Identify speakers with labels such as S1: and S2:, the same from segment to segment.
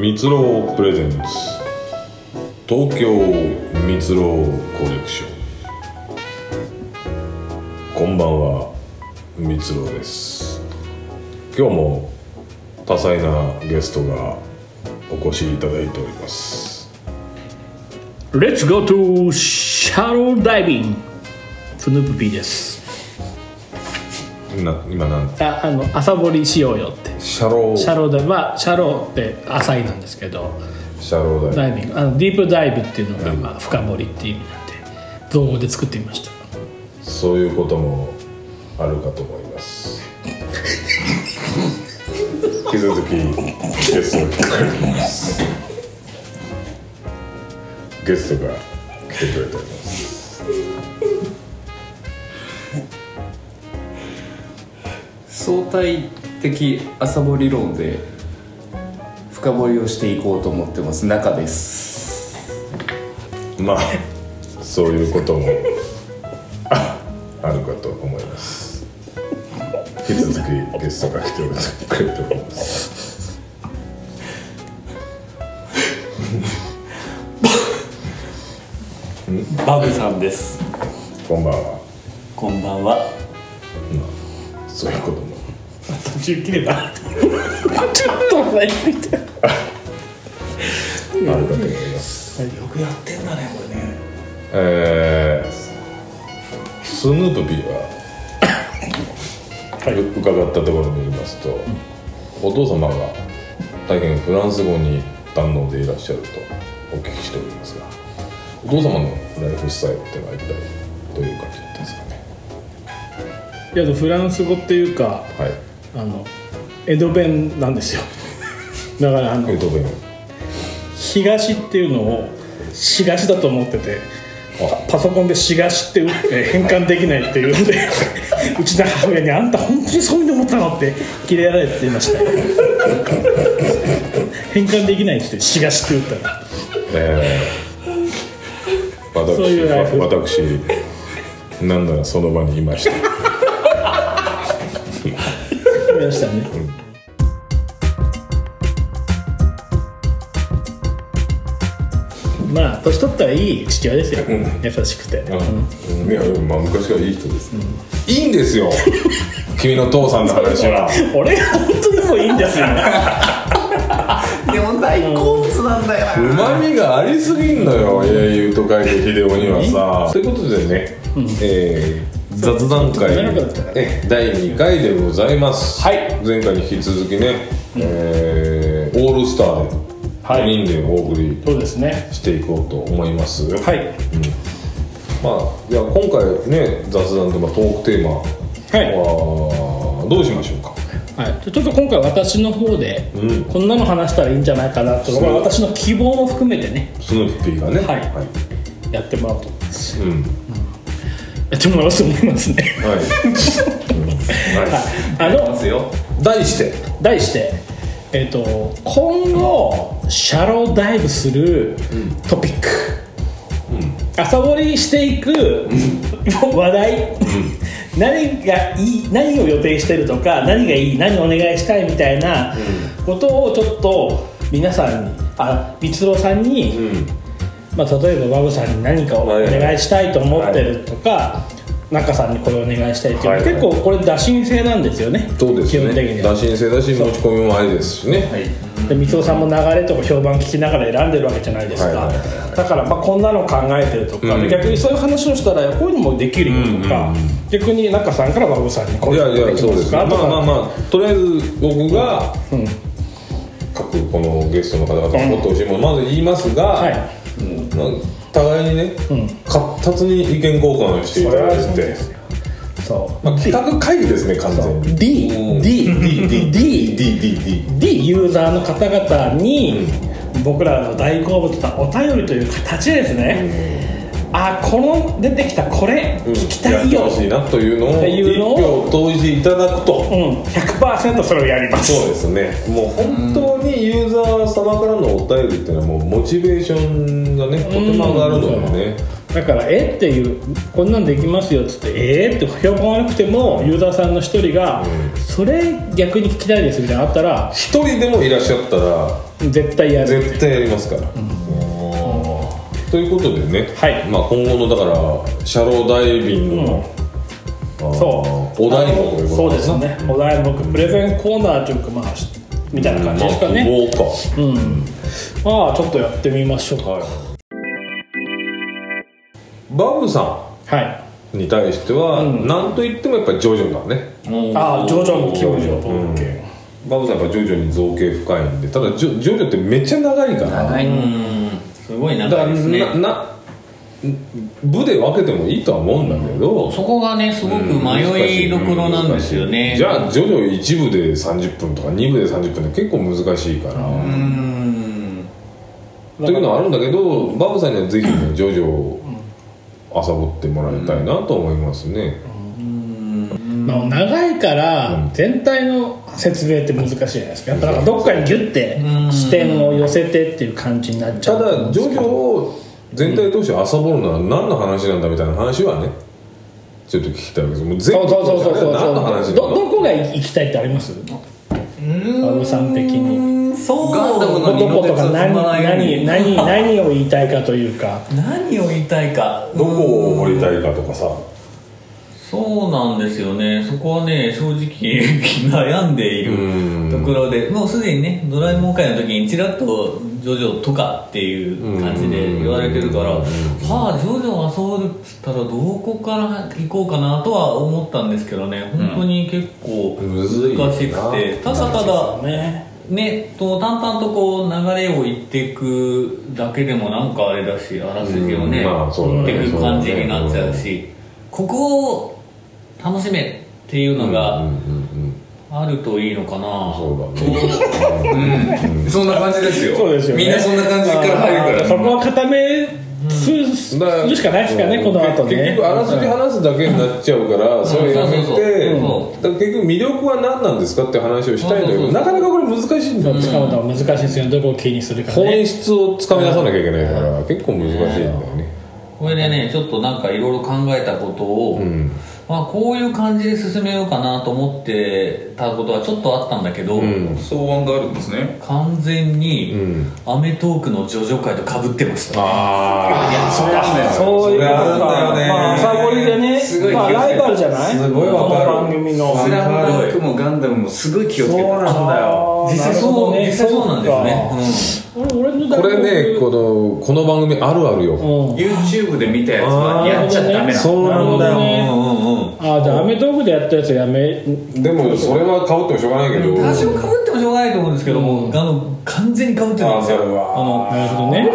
S1: みつろうプレゼンツ東京みつろうコレクションこんばんはみつろうです今日も多彩なゲストがお越しいただいております
S2: レッツゴートゥーシャローダイビングスヌープピーです
S1: な今なん
S2: ああの朝掘りしようよって
S1: シャロー
S2: シャローダイまあシャローって浅いなんですけど
S1: シャローだ
S2: ダ
S1: よ
S2: イビングあのディープダイブっていうのが、まあ、深掘りっていう意味なんで造語で作ってみました
S1: そういうこともあるかと思います引き続きゲストが来てくれていますゲストが来てくれております
S3: 相対的朝掘理論で深掘りをしていこうと思ってます中です
S1: まあそういうこともああるかと思います引き続きゲストが来てくれております
S4: バブさんです
S1: こんばんは
S4: こんばんは
S1: そういうことも
S4: 途中切れた
S2: ちょっと待って
S1: あるかと思います、
S4: よくやってんだねこれね
S1: えースヌープビーは、う伺ったところによりますと、お父様が大変フランス語に堪能でいらっしゃるとお聞きしておりますがお父様のライフスタイルってのは一体どういう感じだったんですかね
S2: いやフランス語っていうか
S1: はい
S2: あの江戸弁なんですよだからあの
S1: 江戸弁
S2: 東っていうのを東だと思っててパソコンで「東」って打って変換できないっていうのでうちの母親に「あんた本当にそういうの思ったの?」ってキレられていました変換できないって言って「東」って打ったら
S1: えー、私
S2: そういうライフ
S1: 私なんならその場にいました
S2: 思いましたねまあ年取ったらいい父親ですよ優しくて
S1: いやまあ昔からいい人です、いいんです よ君の父さんの話は
S2: 俺が本当にもういいんですよ
S3: でも大好物なんだよ
S1: うまみがありすぎんのよ英雄と書いて秀夫にはさということでね、えー雑談会
S2: ちょっと長くなっちゃうから
S1: え第2回でございます、
S4: はい
S1: 前回に引き続きね、えーオールスターで
S2: はい
S1: 4人でお送り
S2: そうですね
S1: していこうと思います、
S2: はい
S1: まあいや今回ね雑談で、まあ、トークテーマはどうしましょうか、
S2: はい、ちょっと今回私の方で、
S1: うん
S2: こんなの話したらいいんじゃないかなと
S1: そう
S2: これは私の希望も含めてね
S1: スヌーピーがね
S2: はい
S1: は い
S2: やってもらおうと思います
S1: うん
S2: やってもらおうと思いますね
S1: は
S2: あの
S3: すよ
S1: い。題して。
S2: 題して、えっと今後シャローダイブするトピック、朝掘りしていく話題、何がいい何を予定してるとか何がいい何をお願いしたいみたいなことをちょっと皆さんにあ光郎さんに、
S1: うん。
S2: まあ、例えばバブさんに何かをお願いしたいと思ってるとか、中さんにこれお願いしたいっていう、
S1: はいはい
S2: 結構これ打診制なんですよね
S1: そうです
S2: 基本的
S1: ね。
S2: に
S1: 打
S2: は
S1: 診制だし、持ち込みもありですしね。
S2: はい、で光雄さんも流れとか評判聞きながら選んでるわけじゃないですか、
S1: はいはいは
S2: だからまあこんなの考えてるとか、
S1: うん
S2: 逆にそういう話をしたらこういうのもできるよとか、逆に中さんからバブさんにこ
S1: いう
S2: い
S1: や
S2: う
S1: い
S2: の
S1: や、
S2: でき
S1: そう
S2: ま
S1: ですすね。
S2: か
S1: まあ
S2: とか
S1: まあまあ、とりあえず僕が
S2: ん。
S1: 各このゲストの方々のことをしものまず言いますが、
S2: はい
S1: まあ互いにね、活発に意見交換をしていただいて、
S2: そう
S1: まあ、企画会議ですね完全に
S2: D
S1: ん
S2: D D D
S1: DDD
S2: D ユーザーの方々に僕らの大好物なお便りという形でですね、あこの出てきたこれ聞きたい
S1: や
S2: よ、
S1: ってほしいなというの
S2: っ
S1: を
S2: ていうのを
S1: 一票投じていただくと、
S2: うん、100%それをやります
S1: そうですねもう本当にユーザー様からのお便りっていうのはもうモチベーションがねとても上がるのでね
S2: だから「えっ?」ていう「こんなんできますよ」っつって「えっ?」って評判悪くてもユーザーさんの一人が「それ逆に聞きたいです」みたいなのあったら
S1: 一人でもいらっしゃったら
S2: 絶対やる
S1: 絶対やりますから、ということでね、
S2: はい
S1: まあ、今後のだからシャローダイビングの、あー
S2: そう
S1: お題目というこ
S2: そ
S1: と
S2: うですねお題目プレゼンコーナーというかまあしみたいな感じですかね、
S1: まあ、希望か、
S2: まあちょっとやってみましょうか
S1: はいバブさ
S2: はい、
S1: んに対しては、
S2: うん
S1: なんといってもやっぱりジョジョだね
S2: ああ徐々に気持ちを
S1: うんバブさんやっぱ徐々に造形深いんでただジョジョってめっちゃ長いから
S3: 長い
S4: うんすごい
S1: だか
S4: 長
S1: ら
S4: いです
S1: な
S4: ね
S1: な部で分けてもいいとは思うんだけど、
S4: そこがねすごく迷いどころなんですよね
S1: じゃあ徐々に1部で30分とか2部で30分って結構難しいから、
S4: うん
S1: というのはあるんだけどバブさんにはぜひね徐々をあさぼってもらいたいなと思いますね、
S2: まあ、長いから全体の説明って難しいじゃないですかやっぱなんかどっかにギュッて視点を寄せてっていう感じになっち
S1: た
S2: ゃうと思う
S1: だ
S2: んです
S1: 徐
S2: けど
S1: 々を全体通してあさぼるのは何の話なんだみたいな話はねちょっと聞きたいわけですもう全
S2: そう
S1: 部
S2: そうそうそうそう
S1: 何の話な
S2: ど
S1: の
S2: どこが行きたいってありますバブさん的に
S4: そう
S3: ガンダム
S2: ど
S3: の二
S2: こ
S3: の
S2: と
S3: 鉄
S2: か
S3: を踏
S2: 何
S3: まないよう
S2: 何何
S3: に
S2: 何を言いたいかというか
S4: 何を言いたいか
S1: どこを掘りたいかとかさ
S4: そうなんですよねそこはね正直 悩んでいるところでもうすでにねドラえもん会の時にちらっと「ジョジョ」とかっていう感じで言われてるからはあジョジョはそうっつったらどこから行こうかなとは思ったんですけどね本当に結構
S1: むずいな
S4: 難しくてただただ
S2: ね
S4: ね、と淡々とこう流れを言っていくだけでもなんかあれだしあらすじを
S1: う
S4: ね,、
S1: んまあそうだ
S4: 言っ
S1: ね
S4: ていく感じになっちゃうしここを楽しめっていう
S1: う
S4: の
S1: んうん
S4: が
S1: うん
S4: あるといいのかな、
S1: そうだね、うん
S3: そんな感じですよ
S2: そうですよね
S3: みんなそんな感じから入る
S2: あー
S3: か
S2: そ
S3: ら
S2: こは固めすす
S1: だら
S2: るしかないですから
S1: う
S2: ね
S1: ん
S2: この後ね
S1: 結局あらすじ話すだけになっちゃうからそれやめ
S4: そうそう
S1: て
S4: そ
S1: だから結局魅力は何なんですかって話をしたいんだけ
S4: そうそうそ
S1: ど
S4: う
S1: なかなかこれ難しいんだよ
S2: 使うのは難しいですよねどこを気にするかね
S1: 本質をつかみ出さなきゃいけないから結構難しいんだよね
S4: これでねちょっとなんかいろいろ考えたことを、
S1: うん
S4: まあ、こういう感じで進めようかなと思ってたことはちょっとあったんだけど、
S1: うん
S3: 草案があるんですね
S4: 完全に
S1: うん
S4: 『アメトーク』のジョジョ会とかぶってました
S1: あ
S3: それなんだよ
S2: そういうこと
S3: それなんだよね
S2: まあ朝掘りでね
S3: すごい気を
S2: ま
S3: つ
S2: あラ
S3: けて
S2: イバルじゃない
S3: すごいわ
S2: こ
S3: か
S2: の
S3: る
S2: 番組の
S3: スラムダンクもガンダムもすごい気をつけて
S2: そうなんだよ
S4: 実際そう、
S2: なるほどね
S4: 実際そうなんですね、
S2: 俺俺の
S1: あ
S2: 大
S1: こ
S2: 学
S1: れねこのこの番組あるあるよ
S2: うん
S3: YouTube で見たやつはやっちゃダメなの
S1: そうなんだよ
S4: うん、うんうんうん
S2: ああじゃあ『アメトーク』でやったやつやめ
S1: でもそれは被ってもしょうがないけど
S4: 多少かぶってもしょうがないと思うんですけども、あの完全にかぶってたんですよ
S1: あそれは
S4: あ
S2: なるほどね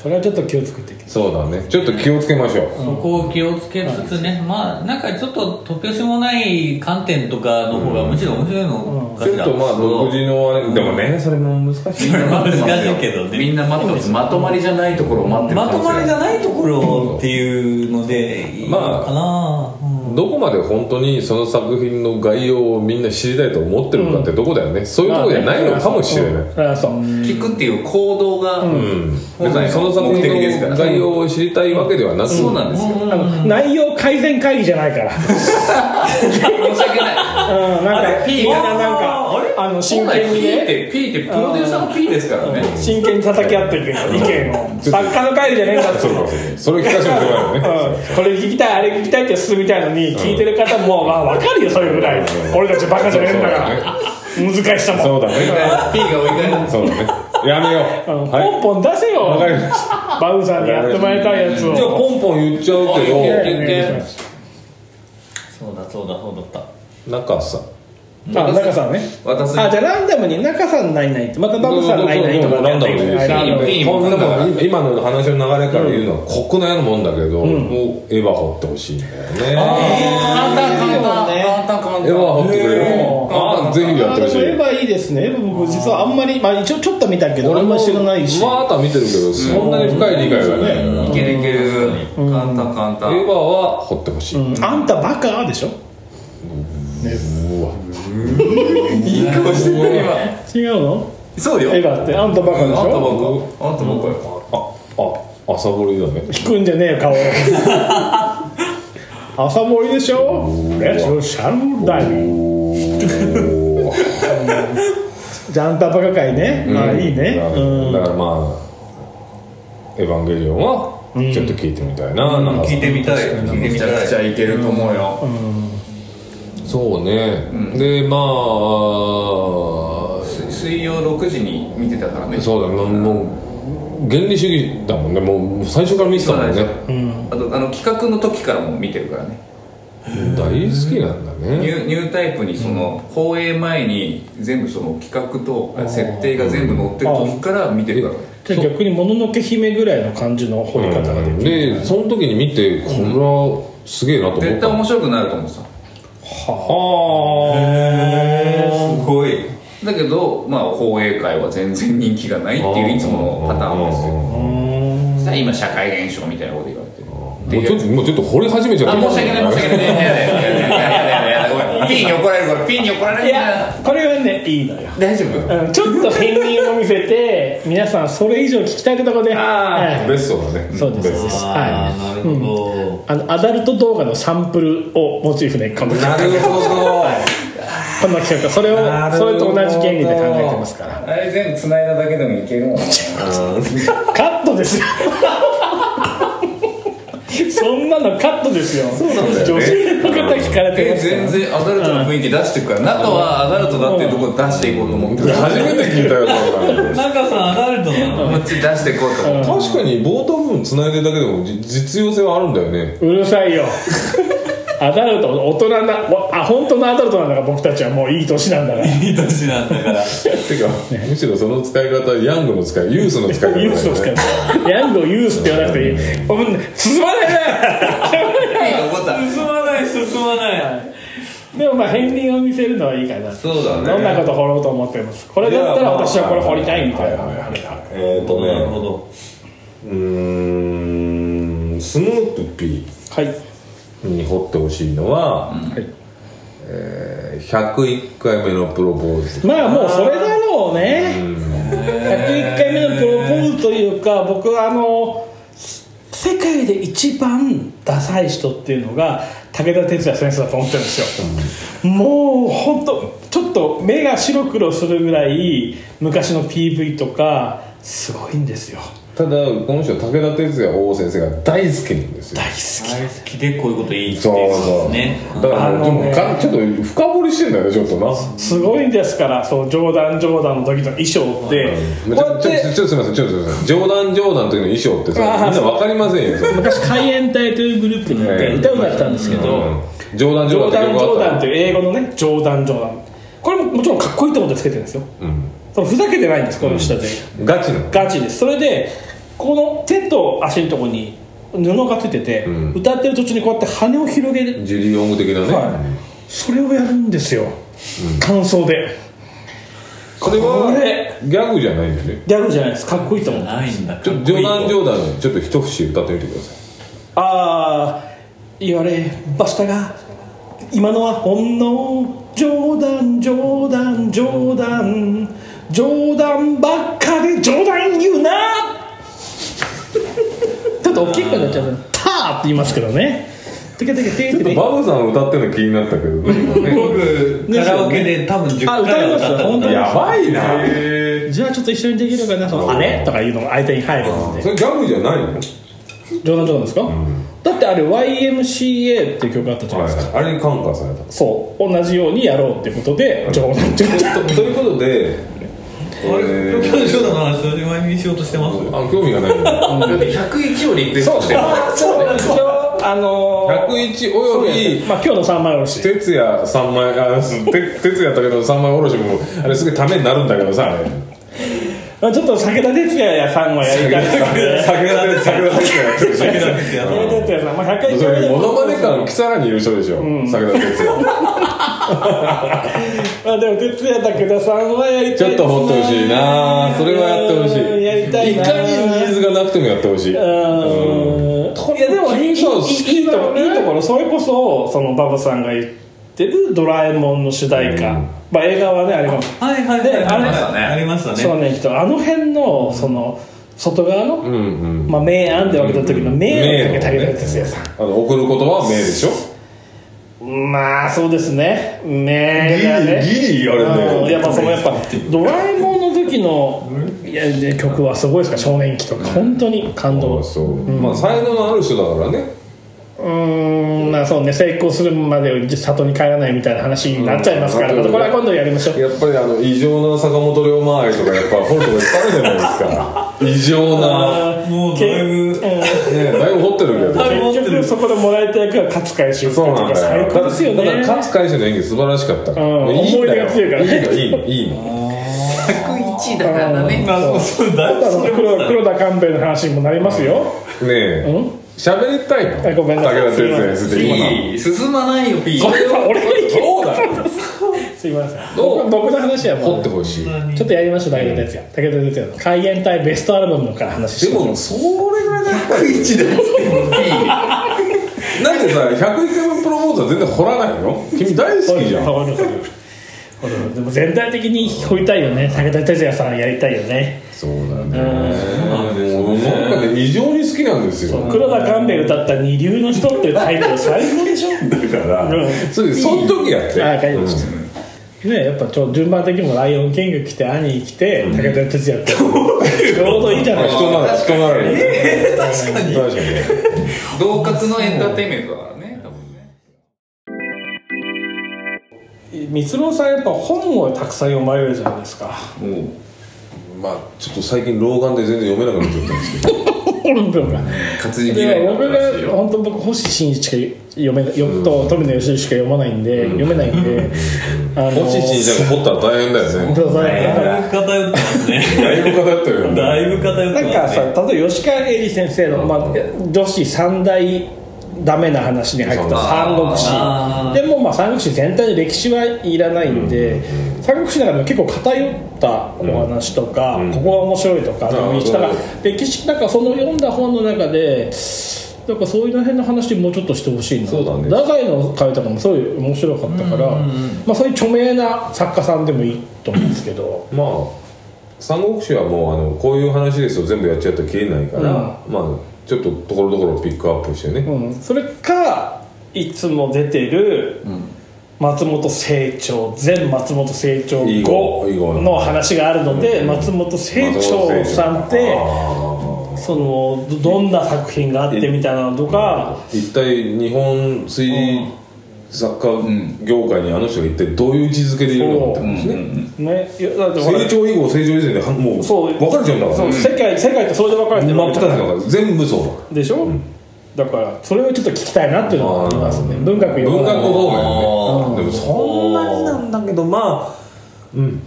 S2: それはちょっと気をつけていき
S1: そうだねちょっと気をつけましょう
S4: のそこを気をつけつつね、まあなんかちょっと突拍子もない観点とかの方がむしろ面白いのか
S1: ちょ
S4: し
S1: っ
S4: ら、
S1: とまあ独自のあれでもねそれも難しいな
S4: 難しいけど
S3: み
S4: ね
S3: んな待ってますまとまりじゃないところを待ってる
S4: まとまりじ
S3: だ
S4: ゃないところっていうのでいいのかな、うん
S1: どこまで本当にその作品の概要をみんな知りたいと思ってるのかってどこだよね、そういうとこじゃないのかもしれない、
S2: いあそう
S3: 聞くっていう行動が、
S1: うん
S3: うん
S1: 別にその作
S3: 目的ですか
S1: 品の
S3: ら
S1: 概要を知りたいわけではなく、
S3: そうなんですよ、
S2: あの内容改善会議じゃないから
S3: 申し訳ない
S2: うんなん
S3: あ
S2: か
S3: れ
S2: み
S3: P
S2: ん
S3: が
S2: ななんか
S4: あれ
S2: あの真
S3: 本
S2: 剣
S3: 来 P
S2: に
S3: っ
S2: ね
S3: て P ってプロデューサーの P ですからね
S2: 真剣に叩き合っていくよ意見を
S1: ちょっと
S2: 作家の会議じゃねえんだ
S1: そうかもしれないそれを聞かせてもらえないよね
S2: うんこれ聞きたいあれ聞きたいって進みたいのに聞いてる方もまあ分かるよそれぐらい
S1: うん
S2: 俺たちバカじゃねえんだか
S1: そう
S2: ら難しさも
S1: そうだね
S3: P が追いかれ
S1: そうだねやめよう、
S2: うん
S1: はい
S2: ポンポン出せよ
S1: わかりました
S2: バウさんにやってもらいたいやつ
S1: じゃあ
S2: を
S1: ポンポン言っちゃうけ
S3: あいい
S2: お
S3: ね
S1: ど
S3: 言って
S4: そうだそうだそうだった
S1: 中さん
S2: あ中さんね
S3: 渡す
S2: あじゃあランダムに中さんないないってまたバブさんないないとか
S1: ランダムでいい
S2: は
S1: で
S2: いランダム
S1: す
S3: いい
S1: よでも今の話の流れから言うのはここのようなもんだけど、もうエヴァ掘ってほしいんだよね
S3: 簡単簡単簡単簡
S1: エヴァ掘
S3: 単
S1: ってくれるああぜひやってほし
S2: あで
S1: い
S2: もエヴァいいですねエヴァ僕実はあんまりまあ一応ちょっと見たけどあんまり知らないし
S1: まああとは見てるけどそんなに深い理解がないから
S3: いけるいける簡単簡単
S1: エヴァは掘ってほしい、
S2: うんあんたバカでしょ
S3: いい顔してる今
S2: 違うの
S3: そうよ
S2: エヴァってあんたバカでし
S3: あんた
S2: ょ
S3: ばっかあんたばっかよ
S1: ああ朝掘りだね
S2: 聞くんじゃねえよ顔 朝盛りでしょレッツシャローダイビング
S1: おー
S2: ジャンタバカ会ね、ま あいいね
S1: なるほ
S2: う
S1: ど
S2: ん
S1: だからまあ「エヴァンゲリオン」はちょっと聞いてみたいな,、なんか
S4: 聞いてみたい聞いて
S3: め
S4: み
S3: ちゃ
S4: た
S3: くちゃ
S4: い
S3: いけると思うよ、
S1: そうね、でまあ
S3: 水水曜6時に見てたからね
S1: そうだもうもう原理主義だもんねもう最初から見てたもんね
S3: あとあの企画の時からも見てるからね
S1: 大好きなんだ
S3: ニ
S1: ね
S3: ューニュータイプにその放映前に全部その企画とあ設定が全部載ってる時から見てるからね
S2: じゃあ逆に「もののけ姫」ぐらいの感じの掘り方ができる、
S1: でその時に見てこれはすげえなと思っ
S3: 絶
S1: た
S3: 対
S1: の
S3: 面白くなると思って
S1: は
S4: すごい
S3: ただけどまあ放映会は全然人気がないっていういつものパターンですよそしたら今社会現象みたいなこと言われてる
S1: もうちょっともうちょっと掘り始めちゃっ
S3: あ
S1: て
S3: 申し訳ない申し訳ないいやだよいやだよいやだよいやだよごめんピンに怒られるからピンに怒られ
S2: い
S3: るから
S2: やこれはねいいのよ
S3: 大丈夫
S2: うんちょっと片鱗を見せ て皆さんそれ以上聞きたいってとこで
S3: あ
S2: は
S1: ベ
S2: い
S1: ストだね
S2: そうです
S1: ベスト
S4: あ
S2: は
S4: あなるほ
S2: あのアダルト動画のサンプルをモチーフでこの
S4: ど
S2: 企
S4: なるほど
S2: 画この企画それを
S4: なるほ
S2: そ
S4: ど
S2: れと同じ原理で考えてますから
S3: あれ全部繋いだだけでもいけるもん
S2: カットですよ そんなのカットですよそうなんだよ、女性の方聞かれて
S3: え
S2: ますから
S3: 全然アダルトの雰囲気出してくから中はアダルトだっていうところ出していこうと思ってる
S1: 初めて聞いたよ
S4: 中さんアダルトなの
S3: こっち出していこうと思って
S1: 確かに冒頭部分繋いでるだけでもじ実用性はあるんだよね
S2: うるさ いよアダルト大人なわあ本当のアダルトなんだから僕たちはもういい年なんだから
S4: いい年なんだか
S1: て
S4: ら
S1: かむしろその使い方ヤングの使いユースの使い方だ
S2: ユ
S1: よ
S2: ースを使っ
S1: ね
S2: てヤングをユースって言わなくていいうん進まない ね
S3: 怒った
S4: 進まない進まない
S2: でもまあ片鱗を見せるのはいいかな
S3: そうだね
S2: どんなこと掘ろうと思ってますこれだったら私はこれ掘りたいみたいな
S1: はははいはいえっと
S4: なるほ
S1: ね
S4: ど
S1: うーんスヌープピ
S2: はい
S1: ーに掘ってほしいのは、
S2: はい
S1: えー101回目のプロポーズ
S2: まあもうそれだろうね101回目のプロポーズというか僕はあのす世界で一番ダサい人っていうのが武田鉄矢先生だと思ってるんですよもう本当ちょっと目が白黒するぐらい昔の PV とかすごいんですよ
S1: ただこの人は武田鉄矢王先生が大好きなんですよ
S2: 大好
S4: 大好きでこういうこといいって
S1: そう
S4: いうこと
S1: そう
S4: ね
S1: だからもう
S2: あのね
S1: でもかちょっと深掘りしてんだよねちょっとな
S2: きすごいんですからそう冗談冗談の時の衣装って
S1: ちょ
S2: こうやっ
S1: ちょちょ
S2: て
S1: ちょすみませんちょっとすみません冗談冗談の時の衣装ってさ
S2: あ
S1: み
S2: ー
S1: んなわかりませんよそれ
S2: 昔海援隊というグループにいて歌うだったんですけど、
S1: うん冗談冗
S2: 冗
S1: 談ってよ
S2: 談冗
S1: くあ
S2: 談
S1: っ
S2: と
S1: た
S2: いう英語のね冗談冗談これももちろんかっこいいと思ってつけてるんですよ
S1: うん
S2: そのふざけてないんですこの下で、
S1: ガチの
S2: ガチですそれでこの手と足のところに布がついてて、
S1: ん
S2: 歌ってる途中にこうやって羽を広げる、
S1: ジュリー音具的なね、
S2: はい、それをやるんですよ、感想で
S1: これ
S2: こ
S1: は
S2: れ
S1: ギャグじゃないんだよね
S2: ギャグじゃないですかっこいいと思う
S4: ないんだ
S1: ちょっと冗談冗談ちょっと一節歌ってみてください
S2: ああ言われましたが今のはほんの冗談冗談冗談冗談ばっかで冗談言うな ちょっと大きくなっちゃうねターって言いますけどねテケテケテ
S1: ちょ
S2: ケ
S1: っ
S2: テ
S1: と
S2: ケ
S1: バブさん歌ってるの気になったけどね
S4: 僕カラオケで多分10
S2: あ
S4: 回
S2: 歌いますよ
S4: は歌ったことある
S1: やばいな
S2: じゃあちょっと一緒にできるかなそのあれとかいうのが相手に入るん
S1: そ
S2: で
S1: れギャグじゃないの
S2: 冗談冗談ですか、だってあれ YMCA っていう曲あったじゃないですか、
S1: はいあれに感化された
S2: そう同じようにやろうっていうことで冗談冗談
S1: とということで、
S4: あ
S1: え
S4: れ
S1: ー
S4: 東京都の話それ前にしようとしてます
S1: あ興味がないんだ
S3: 101をリクエストしてる
S2: そうなんですよ。あのー
S1: 101および
S2: まあ今日の三枚おろし。
S1: 哲也三枚あすて哲也武田の三枚おろしもあれすごいためになるんだけどさあれ
S2: まあちょっと武田鉄矢やさんはやりたいです
S1: 武
S2: ね。
S1: 田哲也武田哲也やってるし
S4: 武田鉄矢
S2: 武田鉄矢さん、まあ百回
S1: それ
S2: で
S1: モノマネ感キサラにいる人でしょ武田哲 也
S2: まあでも鉄矢武田さんはやり
S1: ち
S2: たいです
S1: ょ
S2: ね。
S1: っとほっとほしいなそれはやってほし
S2: うんやりた
S1: い
S2: い
S1: い
S2: な。
S1: かにニーズがなくてもやってほしい
S2: うんいやでもいいいいいい
S1: そう
S2: いいとこいいところそれこそそのバブさんが言ってる「ドラえもん」の主題歌、
S1: うん
S2: まあ映画はねあれも
S4: はいはいはい
S2: であれ
S4: ありましたねありましたね
S2: そうね、あの辺のその外側の、
S1: うんうん
S2: まあ、明暗で分けた時の明暗をかけた武田鉄矢さん、
S1: あの送る言葉は名でしょ
S2: まあそうですね名だね
S1: ギリギリあれね
S2: うんやっぱそのやっぱドラえもんの時のいやね曲はすごいですから少年期とか本当に感動
S1: あそう、まあ才能のある人だからね
S2: うーんまあそうね成功するまで里に帰らないみたいな話になっちゃいますから、
S1: うん
S2: またこれは今度やりましょう
S1: やっぱりあの異常な坂本龍馬愛とかやっぱ掘るとこいっぱいあるじゃないです か異常な
S4: あもうだい ぶ
S1: ねだいぶ掘ってるけど
S4: いぶ
S2: 結局そこでもらえた役は勝海舟
S1: そうなん
S2: とか
S1: だ
S2: 最
S1: よ
S2: 高ですよね
S1: だから勝海舟の演技素晴らしかったから、
S2: うん
S1: いいんだよ
S2: 思い出が強いからね
S1: いいのいいのいいの
S3: 101だからだね
S4: まあそうそうだいぶ
S2: あの
S4: それ
S2: 黒黒田官兵衛の話にもなりますよ、
S1: ねえ喋りたい
S2: あ
S1: の
S2: ごめんなさい
S1: 武田鉄矢について今の
S3: いい進まないよ P
S2: これは俺がいけ
S1: そうだよ
S2: すいません
S1: ど
S2: 僕
S1: う
S2: 僕の話は
S1: 掘
S2: も
S1: ってほしいで
S2: うちょっとやりましょう武田鉄矢武田鉄矢の海援隊ベストアルバムのから話しましょう
S1: もそれぐらいだったよ
S3: 101だっ
S1: なんでさ101回目プロポーズは全然掘らないの君大好きじゃん
S2: わかるわかるわかる でも全体的に掘りたいよね武田鉄矢さんやりたいよね
S1: そうだねもうなんかね異常に好きなんですよ
S2: 黒田官兵衛歌った「二流の人」っていうタイトル最 高でしょ
S1: だから
S2: うん
S1: それでその時やって
S2: ああ書いてましたねやっぱちょ順番的にも「ライオンキング」来て「兄」来て武田鉄矢ってちょうどいいじゃない
S1: 人なら人ならに
S3: 確かに
S1: 確かにね
S3: 同活のエンターテインメントだからね多分ね
S2: 光郎さんやっぱ本をたくさん読まれるじゃないですか
S3: も
S1: まあちょっと最近老眼で全然読めなくなっちゃったんですけど
S2: 本文が
S3: う活字嫌い
S2: で
S3: だっ
S2: 僕
S3: たらしい
S2: が
S3: よ
S2: 本当僕星新一しか読めない読と富野義しか読まないんで、読めないんであの
S1: もし新ちゃんが掘ったら大変だよね
S2: そうそう
S4: だいぶ偏ってますね
S1: だいぶ偏ってるよね
S4: だいぶ偏って
S2: な
S4: ま
S2: ん
S4: す
S2: か
S4: ね
S2: さ例えば吉川英理先生の、まあ、女子三大ダメな話に入ってた三国
S4: あ
S2: 志でもまあ三国志全体で歴史はいらないんで、三国志の中でも結構偏ったお話とか、ここが面白いとかでもいいし
S1: あー
S2: だから
S1: なる
S2: 歴史なんかその読んだ本の中でなんかそういう辺の話もうちょっとしてほしいな
S1: そうだね
S2: 太宰の書いたのもすごい面白かったから、まあ、そういう著名な作家さんでもいいと思うんですけど。
S1: まあ三国志はもうあのこういう話ですよ全部やっちゃうと切れないから、まあちょっとところどころピックアップしてね、
S2: うん、それかいつも出てる松本清張前松本清張
S1: いい号いい号
S2: 後の話があるので松本清張さんってそのどどんな作品があってみたいなのとか
S1: 一体日本推理作家業界にあの人が一体どういう位置づけでいるのかって話ね、
S2: ねいやだってほら
S1: 成長以後成長以前ではもう
S2: そう
S1: 分かれちゃうんだから
S2: そう
S1: ね
S2: 世界世界とそれで分かれてる
S1: 真
S2: わ
S1: っ
S2: け
S1: 二つだ
S2: だか
S1: からら全部そうだ
S2: でしょ、だからそれをちょっと聞きたいなっていうのがありますね
S1: あー
S2: 文学読
S1: 文
S2: まない
S1: 学方面ね
S4: あー
S1: でもそんなになんだけどまあうん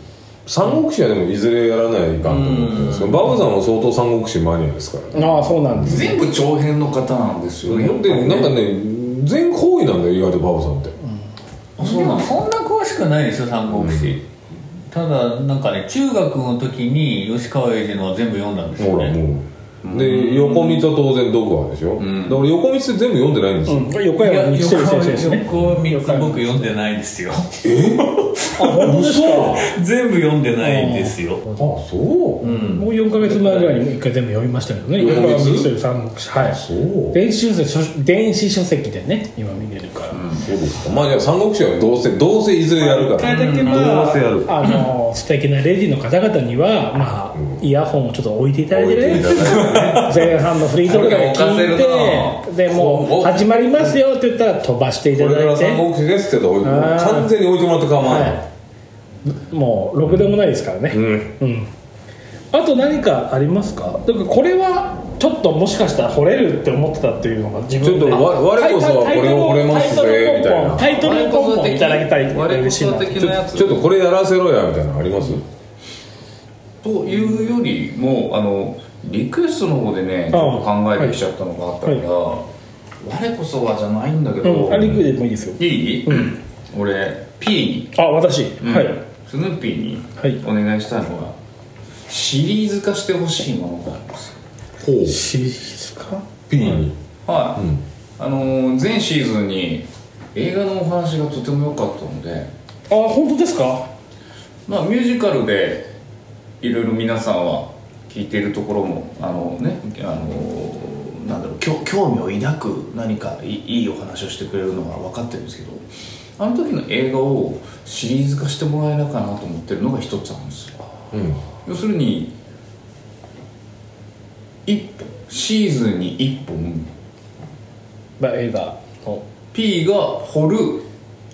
S1: 三国志はでもいずれやらないかんと思ってるんですけど馬場さんも相当三国志マニアですからね
S2: ああそうなんです
S3: 全部長編の方なんですよね
S1: でなんかね全方位なんだよ意外と馬場さんって
S4: でもそんな詳しくないでしょ三国志、ただなんかね中学の時に吉川英治のは全部読んだんですよ
S1: ほら
S4: ね
S1: もうで横光は当然読破でしょだから横光って全部読んでないんですよ
S2: うん、横山道
S4: 横
S2: 輝先生ですね
S4: 横三つ僕読んでないですよ
S1: 嘘あ
S4: 全部読んでないんですよ
S1: そう
S4: うん
S2: もう4か月前ぐらいにもう一回全部読みましたけどね
S1: 読
S2: 横
S1: み
S2: 山
S1: ます
S2: 光輝さんのはい
S1: そう
S2: 電子書籍書電子書籍でね今見れるから、
S1: そうですかまあじゃあ三国志はどうせどうせいずれやる
S2: 一
S1: から
S2: 回だけ
S1: ど
S2: ま
S1: うせやる
S2: ああの素敵なレディの方々にはまあイヤホンをちょっと置いていただいてね前半のフリートークから聞いてでもう始まりますよって言ったら飛ばしてい
S1: こ
S2: た
S1: れか
S2: だ
S1: ら
S2: いて
S1: 三国志ですって言うと
S2: あー
S1: 完全に置いてもらって構わない、
S2: はいもうろくでもないですからね、
S1: うん
S2: うん、あと何かありますかだからこれはちょっともしかしたら惚れるって思ってたっていうのが自分で
S1: ちょっとわ我こそはこれを惚れますぜみたいな
S2: タイトルコンボタイトルコンボいただきたいって
S3: 我こ
S2: 嬉しい
S3: そ
S2: な
S3: 的なやつ
S1: ちょっとこれやらせろやみたいなのあります
S3: というよりもあのリクエストの方でねちょっと考えてきちゃったのがあったから、我こそはじゃないんだけど、
S2: うん、あリクでもいいですよ
S3: いい、俺 P
S2: あ私、
S3: に、
S2: はい
S3: スヌーピーに
S2: はい
S3: お願いしたいのがシリーズ化してほしいものがあるんですよ
S1: ほう
S2: シリーズか
S1: P に
S3: はい、
S1: うん
S3: あのー前シーズンに映画のお話がとても良かったので
S2: あ本当ですか
S3: まあミュージカルでいろいろ皆さんは聞いているところもあのねあのなんだろう興興味を抱く何かいいいいお話をしてくれるのは分かってるんですけどあの時の映画をシリーズ化してもらえないかなと思ってるのが一つなんですよ
S1: うん
S3: 要するに一本シーズンに1本
S2: まあ、映画の
S3: P が掘る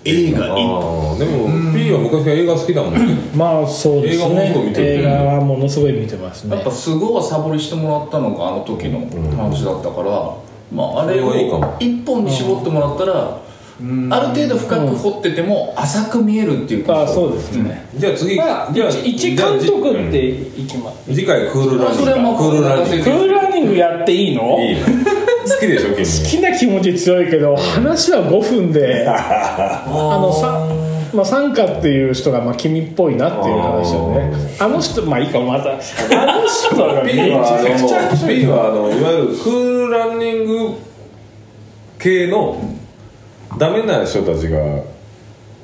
S3: 映画1本
S1: ああでも P は昔は映画好きだもんね
S2: まあそうです
S1: 映画もすごい
S2: ね
S1: 見てる
S2: 映画はものすごい見てますね
S3: やっぱすごいサボりしてもらったのがあの時の話だったから、まあ、あれを
S1: それはいいかも
S3: 1本に絞ってもらったらある程度深く掘ってても浅く見えるっていうか
S2: ああそうですね、
S1: じゃあ次
S2: まあ、
S1: じゃあ
S2: 一一
S1: じゃあ
S2: 監督
S1: うん
S2: っていきます、
S1: 次回クールランニン
S3: そ
S1: グ
S3: れはもう
S1: クールランニン
S2: ク
S1: グ
S2: ールランニングやっていいの
S1: いいね 好きでしょ
S2: 好
S1: 君
S2: きな気持ち強いけど話は5分 であのさまあ、サンカっていう人がまあ君っぽいなっていう話をねあの人まあいいかまたあの人がめ
S1: P
S2: ち
S1: は
S2: ゃくちゃ
S1: あの P はあのいわゆるクールランニング系のダメな人たちが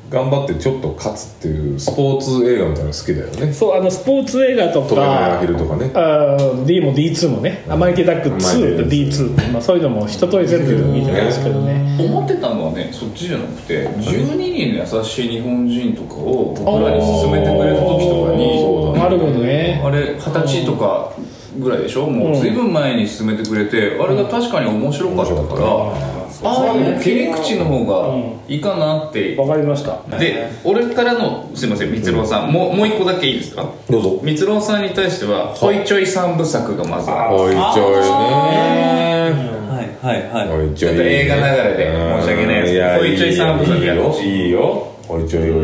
S1: 頑張ってちょっと勝つっていうスポーツ映画みたいなの好きだよね
S2: そうあのスポーツ映画と
S1: 「トレナーア
S2: か
S1: ヒル」とかね
S2: あー D も D2 もね「甘い手ダック2」で D2 って、まあ、そういうのも一通り全部見てないですけどね
S3: 思ってたのはねそっちじゃなくて12人の優しい日本人とかを僕らに勧めてくれた時とかに
S1: そう
S2: なるほどね
S3: あれ二十歳とかぐらいでしょもう随分前に進めてくれて、あれが確かに面白かったから、ああいう切り口の方がいいかなって、
S2: わかりました
S3: で俺からのすいません光郎さん、もうもう一個だけいいですか
S1: どうぞ
S3: 光郎さんに対してはホイチョイ三部作がまずある
S1: おいちょいね
S4: はいはいはい、
S1: おいちょい
S3: ちょっと映画流れで申し訳ないです
S1: や
S3: おいちょい散歩だけやろ
S1: いいよいいよおいちょいはいいよ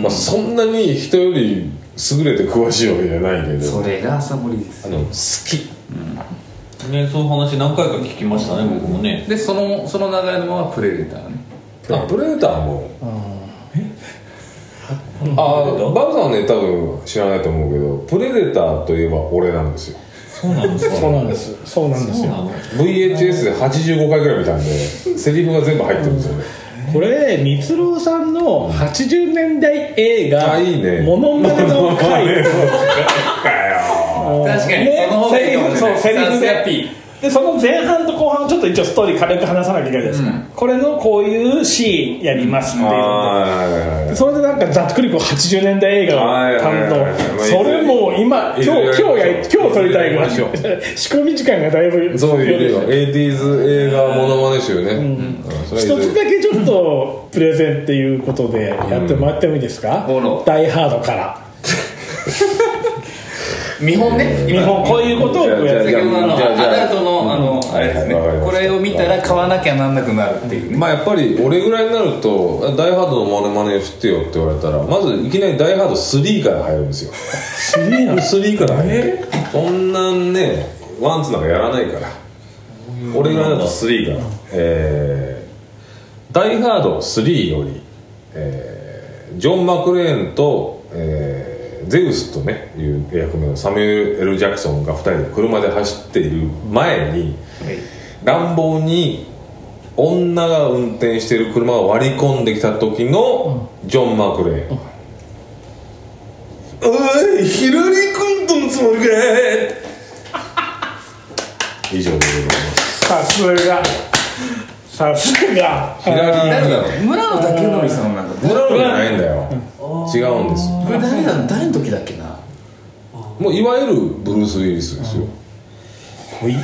S1: まあそんなに人より優れて詳しいわけじゃないけど
S3: それが朝森です
S1: あの好き
S4: ね、そういう話何回か聞きましたね、僕もね。
S3: でそのその流れのままプレデターね
S1: あプレデターもえ
S4: プレデタ
S1: あ
S4: ー
S1: バブさんはね多分知らないと思うけどプレデターといえば俺なんですよ
S4: そうなんですか。
S2: そうなんですそうなんです
S4: そう
S2: よ
S4: なの
S1: VHS で85回ぐらい見たんでセリフが全部入ってるんですよね
S2: これね光郎さんの80年代映画
S1: あいいね
S2: モノマネの回
S3: 確かに
S2: ね
S3: その方がいいかもしれ
S2: セリフそ
S3: ない
S2: うセリフで
S3: さすが P
S2: でその前半と後半をちょっと一応ストーリー軽く話さなきゃいけないじゃないですか、これのこういうシーンやりますっていうので
S1: あ
S2: それでなんかざっくりこう80年代映画を担
S1: はいはいはいはいま
S2: 当
S1: あ
S2: それもう今
S1: い
S2: 今日
S1: ずれ
S2: 今日や
S1: いずれ
S2: 今日撮りたいぐらい
S1: いずれやりま
S2: 仕込み時間がだいぶ
S1: あそういうよ 80s 映画モノマネ集ねうんそれはいず
S2: 一
S1: れ
S2: つだけちょっとプレゼンっていうことでやってもらってもいいですか「
S3: うんほら
S2: ダイ・ハード」から
S3: 見本ね
S2: 日本こういうことをこうやっ
S1: じゃあ
S2: て
S3: 先ほどの
S1: じゃあじゃあ
S3: アダルトのあのあれですね
S1: はいわかりまし
S3: こ
S1: た
S3: れを見たら買わなきゃなんなくなるっていうね
S1: まあやっぱり俺ぐらいになると「あダイ・ハードのモノマネ振ってよ」って言われたらまずいきなり「ダイ・ハード3」から入るんですよ3から入るそんなんねワンツなんかやらないから俺ぐらいだと3からえー「ダイ・ハード3」より、えージョン・マクレーンと、えーゼウスとねいう役目のサミュエル・ジャクソンが2人で車で走っている前に乱暴に女が運転している車を割り込んできた時のジョン・マクレーン、おいヒラリー・クリントンのつもりかい 以上でございます
S2: さすがさすが
S1: ヒラリー・
S3: 誰
S1: クリン
S3: だ
S1: ト
S3: ろう村野武則さんなんか
S1: ン村野じゃないんだよ違うんです
S3: これ誰だ誰の時だっけな
S1: もういわゆるブルース・ウィリスですよいやい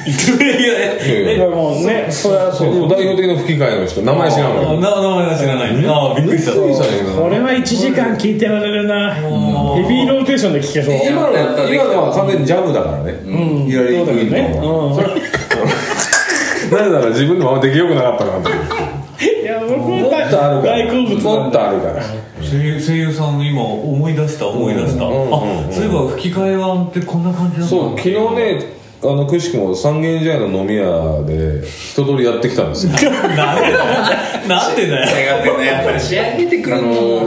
S2: で
S1: や
S2: もねそれはそ
S1: そううそう代表的な吹き替えの人名前知らん
S4: あ
S1: の
S4: な
S1: よ
S4: 名前は知らない。ああ、びっくりした。
S1: びっくりしたね
S2: これは1時間聞いてられるなヘビーローテーションで聞けそう
S1: 今の今のは完全にジャブだからね、ヒラリー・クリントンは、
S2: そうだよね
S1: なぜなら自分のまま出来よくなかったなと思って
S2: うんいや僕
S1: もっとあ
S2: も
S1: るから
S2: 大好物
S1: も
S2: な
S1: っ
S2: んで
S1: とあるから
S4: 声優声優さん今思い出した思い出した、
S1: うんうん
S4: あそういえば吹き替えはってこんな感じなんだ
S1: そう昨日ねあのくしくも三軒茶屋の飲み屋で一通りやってきたんですよ
S4: なんでだよなんでだよ
S3: やってねやっぱり仕上げてく
S1: あの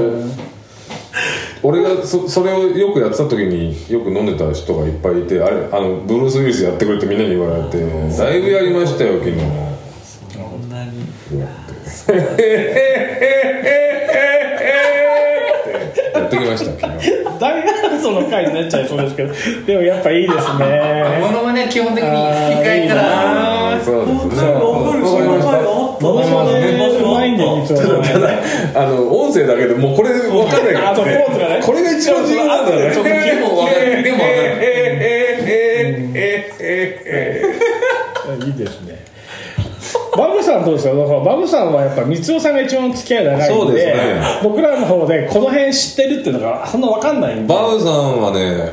S1: 俺がそそれをよくやってた時によく飲んでた人がいっぱいいてあれあのブルース・ウィルスやってくれってみんなに言われてだいぶやりましたよ昨日
S4: こん なに
S1: やってきました昨日
S2: 大乱争の回になっちゃいそうですけどでもやっぱいいです
S3: も
S2: ね
S3: のまね基本的に吹き替えか
S2: あ
S3: ら
S1: うんそうですね
S2: ものまねうまいんだよ実は
S1: あの音声だけでもうこれ分かんない
S2: あ
S1: か
S2: とポ
S1: ら、
S2: ーズがね
S1: これが一番重要なんだよね
S3: ちょっとでもわかるでもわかる
S2: いいですね。バブさんどうですか。だからバブさんはやっぱ光代さんが一番付き合い長いんで、
S1: そうですね
S2: 僕らの方でこの辺知ってるっていうのがそんなわかんないんで。
S1: バウさんはね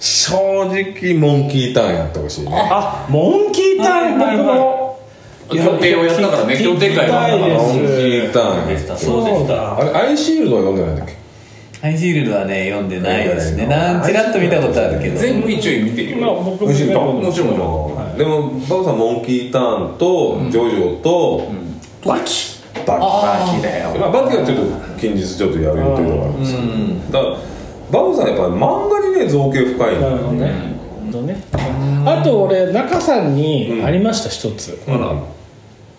S1: 正直モンキーターンやってほしいね
S2: あ、モンキーターン
S4: はい
S2: 僕
S4: はい
S2: も。
S3: 協定をやったからね協定会があったか
S2: 聞
S3: ら
S1: モンキ
S2: き
S1: ーターン
S4: でしたそうで
S2: そう
S4: した
S2: だ
S1: あれアイシールドは読んでないんだっけ
S4: ハイジールドはね読んでないです
S1: 読
S4: ね
S1: んでないの
S4: なんちらっと見たことあるけど
S3: 全部一応見てる
S2: たいまあ
S3: よ
S2: 僕
S1: もちろん
S3: もちろん
S1: でもバブさんモンキーターンとジョジョと、
S5: バキ
S1: バキ
S5: バキだよ
S1: まあ、バキはちょっと近日ちょっとやる予定があるんですけど、だからバブさんやっぱ漫画にね造形深いんだよね、
S2: なるほどね。あと俺中さんにありました一つ。
S1: あら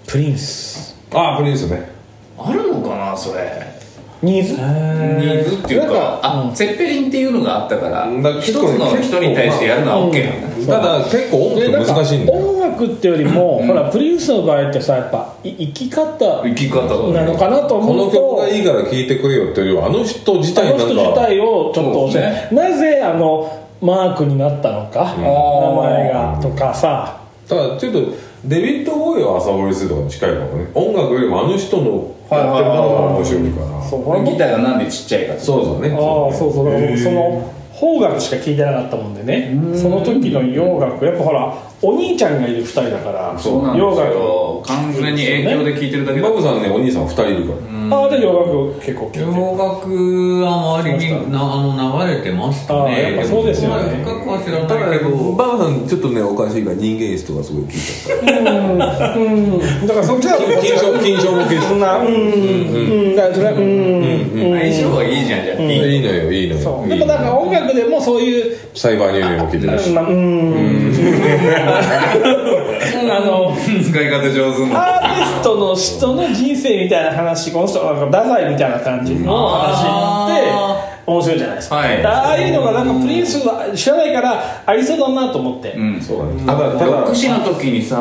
S2: プリンス。
S1: あプリンスね
S5: あるのかなそれ
S2: ニーズ。
S3: ニーズっていう
S2: なんか
S3: かあ
S2: うん
S3: ゼッペリンっていうのがあったから
S1: うんだから
S3: 一
S1: 結
S3: つ
S1: 構
S3: の人に対してやるのは OK なんだ
S1: ただ結構音
S2: で
S1: 楽
S2: なんか
S1: 難しいんだよ
S2: 音楽ってよりも、ほらプリンスの場合ってさやっぱい生き方
S3: 生き方と
S2: なのかなと
S1: こ
S2: 思
S1: の
S2: うと
S1: 曲がいいから聴いてくれよっていうよりはあの人自
S2: あ
S1: 体
S2: の
S1: な
S2: 人
S1: ん
S2: 自
S1: か
S2: 体をちょっと教
S3: そう
S2: え
S3: で
S2: なぜあのマークになったのか、名前がとかさ
S1: ただちょっとデビッド・ボーイは朝堀スとかに近いかもね音楽よりもあの人の
S3: はいはい
S1: や
S3: は
S1: っ
S3: い
S1: てることが面白いから
S2: そう
S3: ギターがなんでちっちゃいかって
S1: そうだね
S2: ああそうそうだから僕その邦楽しか聴いてなかったもんでねその時の洋楽やっぱほらお兄ちゃんがいる2人だから
S3: そうなんです
S2: 洋楽
S3: よ完全に影響で聴いてるだけだ
S1: バブさんねお兄さん2人いるから、
S2: ああで洋楽結構聴いてる
S4: 洋楽は周りになあの流れてました
S2: あー
S4: ね
S2: やっぱそうですよね
S4: でもそこまで深くは知ら
S1: た
S4: ない
S1: だ
S4: けど
S1: バブさんちょっとねおかしいから人間室とかすごい聴いちゃっ
S2: うんだからそっちは
S1: た金賞金賞も金
S2: そ
S1: 賞
S2: んなうんうんだからそれはうんうん
S3: 相性がいいじゃんじゃあ
S1: いいのよいいの
S2: そ
S1: よ
S2: う
S1: い
S2: で
S1: い
S2: も
S1: の
S2: なんか
S1: よ
S2: 音楽でもそういう
S1: サイバーニューニューも聴いてるし
S2: まあうーん あの
S3: 使い方上手な
S2: アーティストの人の人生みたいな話この人なんか太宰みたいな感じの話って
S4: あ
S2: 面白いじゃないですか,、
S3: はい
S2: ああいうのがなんかプリンスは知らないからありそうだなと思って、
S3: うん
S1: そうだねただただ
S3: 6時の時にさ、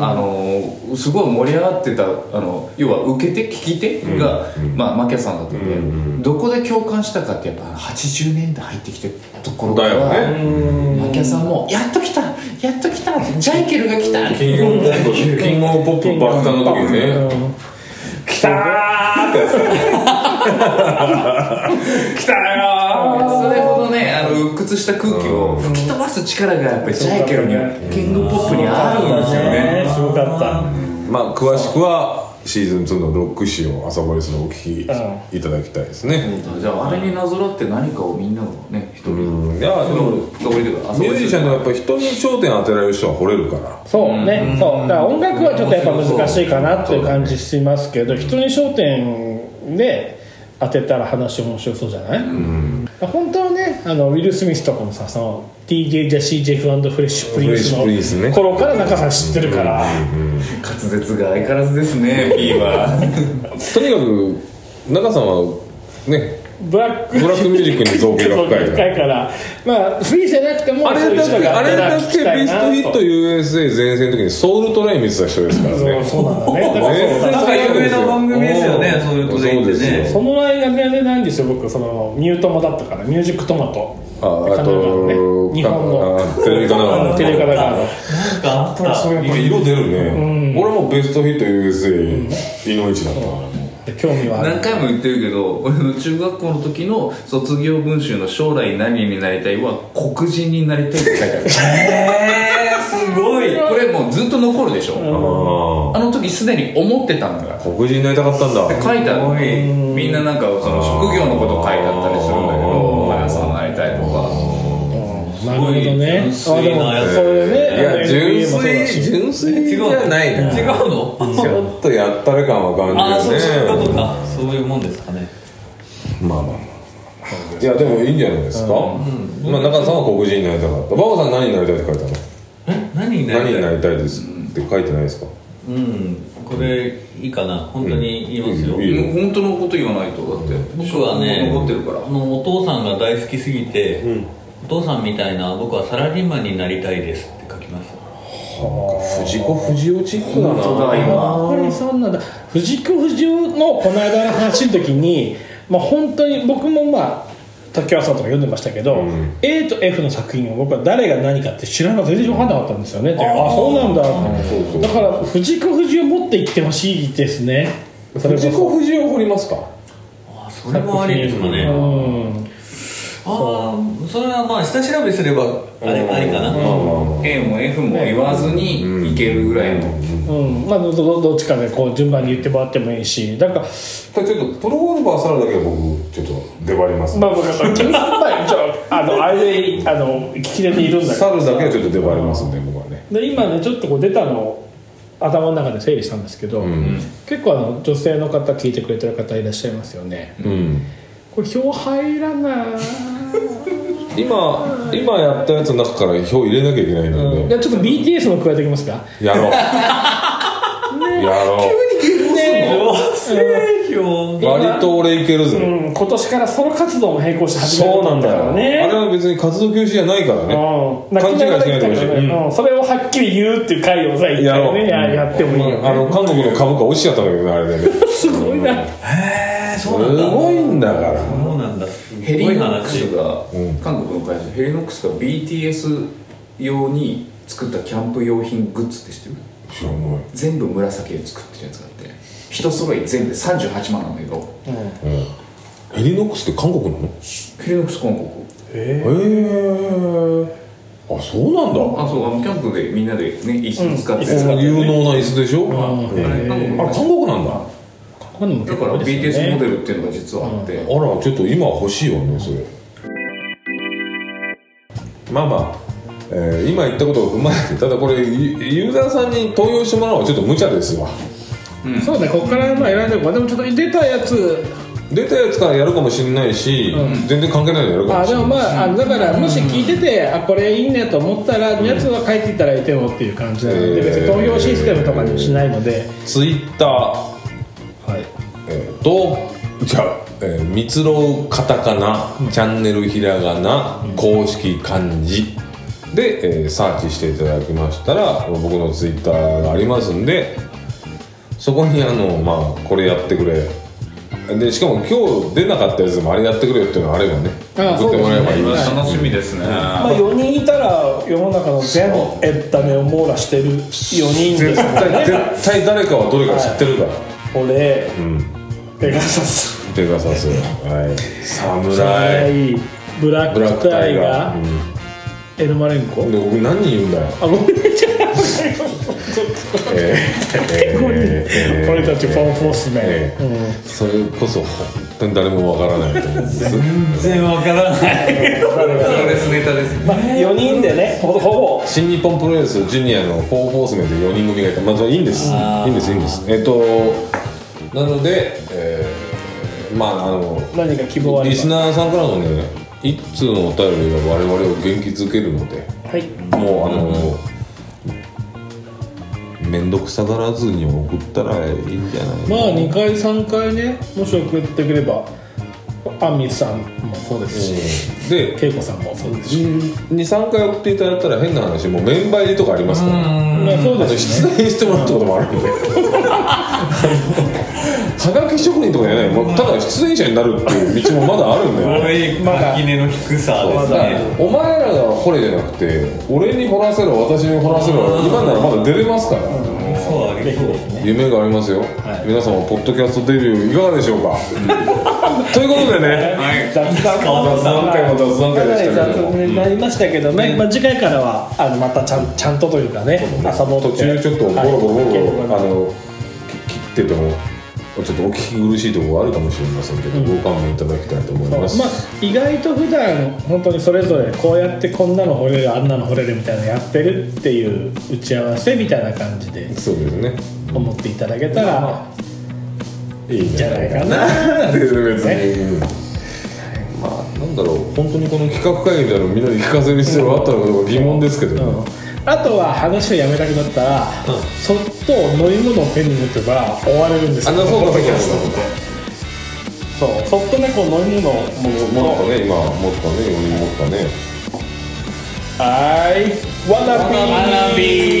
S3: あのすごい盛り上がってたあの要は受け手聞き手が、まあ、マキャさんだったんで、どこで共感したかってやっぱ80年代入ってきてるところ
S1: だよ
S3: から
S1: ね
S3: マキャさんも「やっと来たやっと来た!」ジャイケルが来た!」
S1: キングオブポップキングオブポップ爆誕の時にね
S2: うん来たーって
S3: 来たよそれほどねあの鬱屈した空気を吹き飛ばす力がやっぱりジャイケルにはキングポップにあるんですよね
S2: すごかった
S1: まあ詳しくはシーズン2のロック誌を朝堀さんのお聞きいただきたいですね、
S3: じゃああれになぞらって何かをみんながね一人
S1: うん、いやでも
S3: 深掘りというか
S1: ミュージシャンのやっぱ人に焦点当てられる人は惚れるから
S2: そうねそうだから音楽はちょっとやっぱ難しいかなっていう感じしますけど人に焦点で当てたら話面白そうじゃない、本当はねあのウィル・スミスとかもさその TJ ジャシー・ジェフフレッシュ・プリン
S1: フレッシ
S2: ス
S1: ュプリンス
S2: の
S1: ね
S2: 頃から中さん知ってるから、
S3: 滑舌が相変わらずですね P は
S1: とにかく中さんはね
S2: ブラック
S1: ブラックミュージックに造形が深い
S2: 造形からまあフリーじゃなくても
S1: あれだ
S2: そういう
S1: け
S2: 人が
S1: あれだ
S2: 働
S1: けベス
S2: きたいな
S1: トヒット USA 前線の時にソウルトレイン見てた人ですから
S2: そう
S1: ね
S2: そうなんだねだからそう
S4: なんか有名な番組ですよね
S1: うん
S4: ソウルトレイン
S1: そう
S4: ってね
S1: ですよ
S2: その前がねなんですよ僕そのミュートもだったからミュージックトマト
S1: ああ
S2: 神奈川の
S1: と
S2: ね日本の
S1: あテレビかな
S2: テレビからが
S4: なんかあった
S1: そうやっぱ色出るね、俺もベストヒット USA 井の一だった、
S2: 興味はあ
S3: 何
S2: る
S3: 回も言ってるけど俺の中学校の時の卒業文集の将来何になりたいは黒人になりたいって書いてある
S4: えーすごい
S3: これもうずっと残るでしょ
S1: あ
S3: あの時すでに思ってたんだから
S1: あ黒人になりたかったんだ
S3: 書いてあるみんななんかその職業のこと書いてあったりするんだけどパン屋さんになりたいとか
S2: なるほどね
S4: 純粋なやつ
S2: あでもそういう
S1: い
S2: ね
S1: や純
S2: NBA もそうだし
S1: 粋純粋じゃない
S4: 違う
S1: ね
S4: の
S1: ちょっとやったれ感は
S4: ああ
S1: 感
S4: そ
S1: じ
S4: う
S1: る
S4: いうこと
S1: よね
S4: かそういうもんですかね
S1: まあまあまあいやでもいいんじゃないですか、まあ、中田さんは黒人になりたかった馬場さん何になりたいって書いてある
S4: え何にな
S1: の何
S4: り
S1: に
S4: たい
S1: なりたいですって書いてないですか
S4: ううんこれいいかな本当に言いますよ、
S1: うんいいよ
S6: もう本当のこと言わないとだって
S4: 僕はね
S6: 残ってるから
S4: あのお父さんが大好きすぎて、お父さんみたいな僕はサラリーマンになりたいですって書きました
S1: 藤子不二雄チックだな
S6: 本当だ今
S2: やっぱりそうなんだ藤子不二雄のこの間の話の時に、まあ、本当に僕もまあ竹川さんとか読んでましたけど、
S1: ん
S2: A と F の作品を僕は誰が何かって知らなかった全然分かんなかったんですよねでああそうなんだって
S1: そうそう
S2: だから藤子不二雄持って行ってほしいですねそれこそ
S1: 藤子不二雄掘りますか
S4: あそれもありですかね、あ
S2: うん
S4: あーそれはまあ下調べすればあれありかな、
S6: A も F も言わずにいけるぐらいの、
S2: うんまあ、どどどっちかでこう順番に言ってもらってもいいしだから
S1: ただちょっとプロゴルファーサラだけは僕ちょっと出張ります、
S2: まあ僕はまあ 順番まあ一応あのあれであの聞き出ているんだけ
S1: サ
S2: ど
S1: ルだけはちょっと出張りますんで僕はね
S2: で今ねちょっとこう出たのを頭の中で整理したんですけど、結構あの女性の方聞いてくれてる方いらっしゃいますよね
S1: うん
S2: これ票入らない、
S1: 今今やったやつの中から票入れなきゃいけないので、
S2: じゃあちょっと BTS も加えておきますか
S1: やろう やろう
S2: ね
S4: 正標
S1: 割と俺いけるぜ、
S2: うん、今年からソロ活動も並行して始める
S1: そうなんだ
S2: か
S1: よ、
S2: らね
S1: あれは別に活動休止じゃないからね、
S2: うん、
S1: 勘違いしないでほしいうん
S2: うんそれをはっきり言うっていう回をさ一
S1: やろ
S2: 回
S1: う
S2: ねややってもいいよ、ね
S1: あの韓国の株価落ちちゃったんだけどねあれでね
S2: すごいな
S4: へえ
S1: す
S4: そうなんだ
S1: ごいんだから
S4: そうなんだすご
S6: ヘリ
S4: い
S6: ノックス
S4: 話
S6: が、
S1: うん
S6: 韓国の会社ヘリノックスが BTS 用に作ったキャンプ用品グッズって知ってる
S1: 知らない
S6: 全部紫で作ってるやつがあって一揃い全部で38万なんだけど
S1: ヘリノックスって韓国なの
S6: ヘリノックス韓国
S1: へえあそうなんだ
S6: あそうあのキャンプでみんなでね椅子使ってる、
S1: 有能な椅子でしょ、
S2: ん
S1: へえあ
S6: へえ
S1: 韓国なんだあ
S2: ここにも
S6: だ
S2: 結
S6: か
S2: 構
S6: ら
S2: 多いです
S6: BTS
S2: よ
S6: モデ
S2: ね
S6: ルっていうのが実はあって、
S1: らちょっと今欲しいよねそれまあまあ、えー今言ったことを踏まえてただこれユユーザーさんに投票してもらうのはちょっと無茶ですわ
S2: そうねここからまあ選んでもでもちょっと出たやつ
S1: 出たやつからやるかもしれないし、全然関係ないのやるか
S2: あ
S1: もし
S2: で
S1: れな
S2: も
S1: い
S2: まああのだからもし聞いてて、あこれいいねと思ったら、やつは帰っていただいてもっていう感じなので、
S1: えー
S2: 別に投票システムとかにもしないので、
S1: ツイッター
S2: はい、
S1: えー、とじゃあ、えー、みつろうカタカナ、チャンネルひらがな、公式漢字で、えーサーチしていただきましたら僕のツイッターがありますんでそこにあのまあこれやってくれでしかも今日出なかったやつでもあれやってくれよっていうのがあればね
S2: あ
S1: 送ってもらえばいい
S2: そうですね
S6: 楽しみですね、
S2: まあ、4人いたら、世の中の全エンタメを網羅してる4人ですもん
S1: 絶対
S2: ね、
S1: 絶対誰かはどれか知ってるから、
S2: 俺、
S1: うん
S2: ペガサス、
S1: ペガサスはい侍
S2: 侍、ブラッ
S1: ブラッ
S2: ク
S1: ク
S2: タ
S1: タ
S2: イ
S1: イガ
S2: ガ
S1: ー
S2: ー、、エルマレンコ
S1: うん、。で僕何人いるんだよ
S2: あごめんなさい
S1: えーえーえー
S2: 俺たちフォンフォースメ
S1: え
S2: ン、うん
S1: それこそ本当に誰もわからないと思うんです
S4: 全然わからない
S6: プロレスネタですね
S2: まあ、4人でねほほぼ
S1: 新日本プロレスジュニアのフォーフォースメント4人組がいたまあそれいいんです
S4: あー
S1: いいんですいいんですえっとなので、えーまああの
S2: 何か希望あ
S1: リ
S2: り
S1: ス
S2: ま
S1: ナーさんからのね一通のお便りが我々を元気づけるので
S2: はい
S1: もうあの面倒くさがらずに送ったらいいんじゃない
S2: まあ2回3回ねもし送ってくればあんみつさんもそうですし
S1: で
S2: けいこさんもそうですし、
S1: 23回送っていただいたら変な話もうメンバー入りとかありますから
S2: まあ、そう
S1: あの
S2: です
S1: 出
S2: ね
S1: 演してもらったこともあるんではがき職人とかじゃないもうただ出演者になるっていう道もまだあるんだよ
S2: まだ
S4: 垣根の低さですね
S1: お前らが掘れじゃなくて俺に掘らせろ私に掘らせろ今ならまだ出れますから
S4: そうありそう
S1: 夢がありますよ、皆様ポッドキャストデビューいかがでしょうか ということでね
S2: 雑談も
S1: 雑談会も雑談会でしたけど
S2: かなり雑になりましたけどね、まあ、次回からはあのまたちゃんちゃんとというかね朝ぼって
S1: 途中ちょっとボロボロボロボロ、
S2: は
S1: あ
S2: い
S1: のき切っててもちょっとお聞き苦しいところがあるかもしれませんけど、ご勘弁いただきたいと思い
S2: ま
S1: ます、
S2: あ、意外と普段本当にそれぞれこうやってこんなの掘れるあんなの掘れるみたいなのやってるっていう打ち合わせみたいな感じで
S1: そうですね
S2: 思っていただけたら
S1: いいん
S2: じゃないか
S1: な
S2: な
S1: 別に、まあなんだろう本当にこの企画会議みたいなのをみんなに聞かせる必要があったのかどうか疑問ですけどね、
S2: うんあとは話をやめなくなったら、そっと飲み物をペンに持てば終われるんです
S1: あのそうだそうだそうだ
S2: そうそっとねこう飲み物を
S1: もっとね今もっとねよりもっとね
S2: はーいわなびー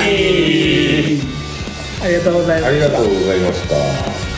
S2: ありがとうございま
S1: あり
S2: し
S1: が
S2: た
S1: とうございました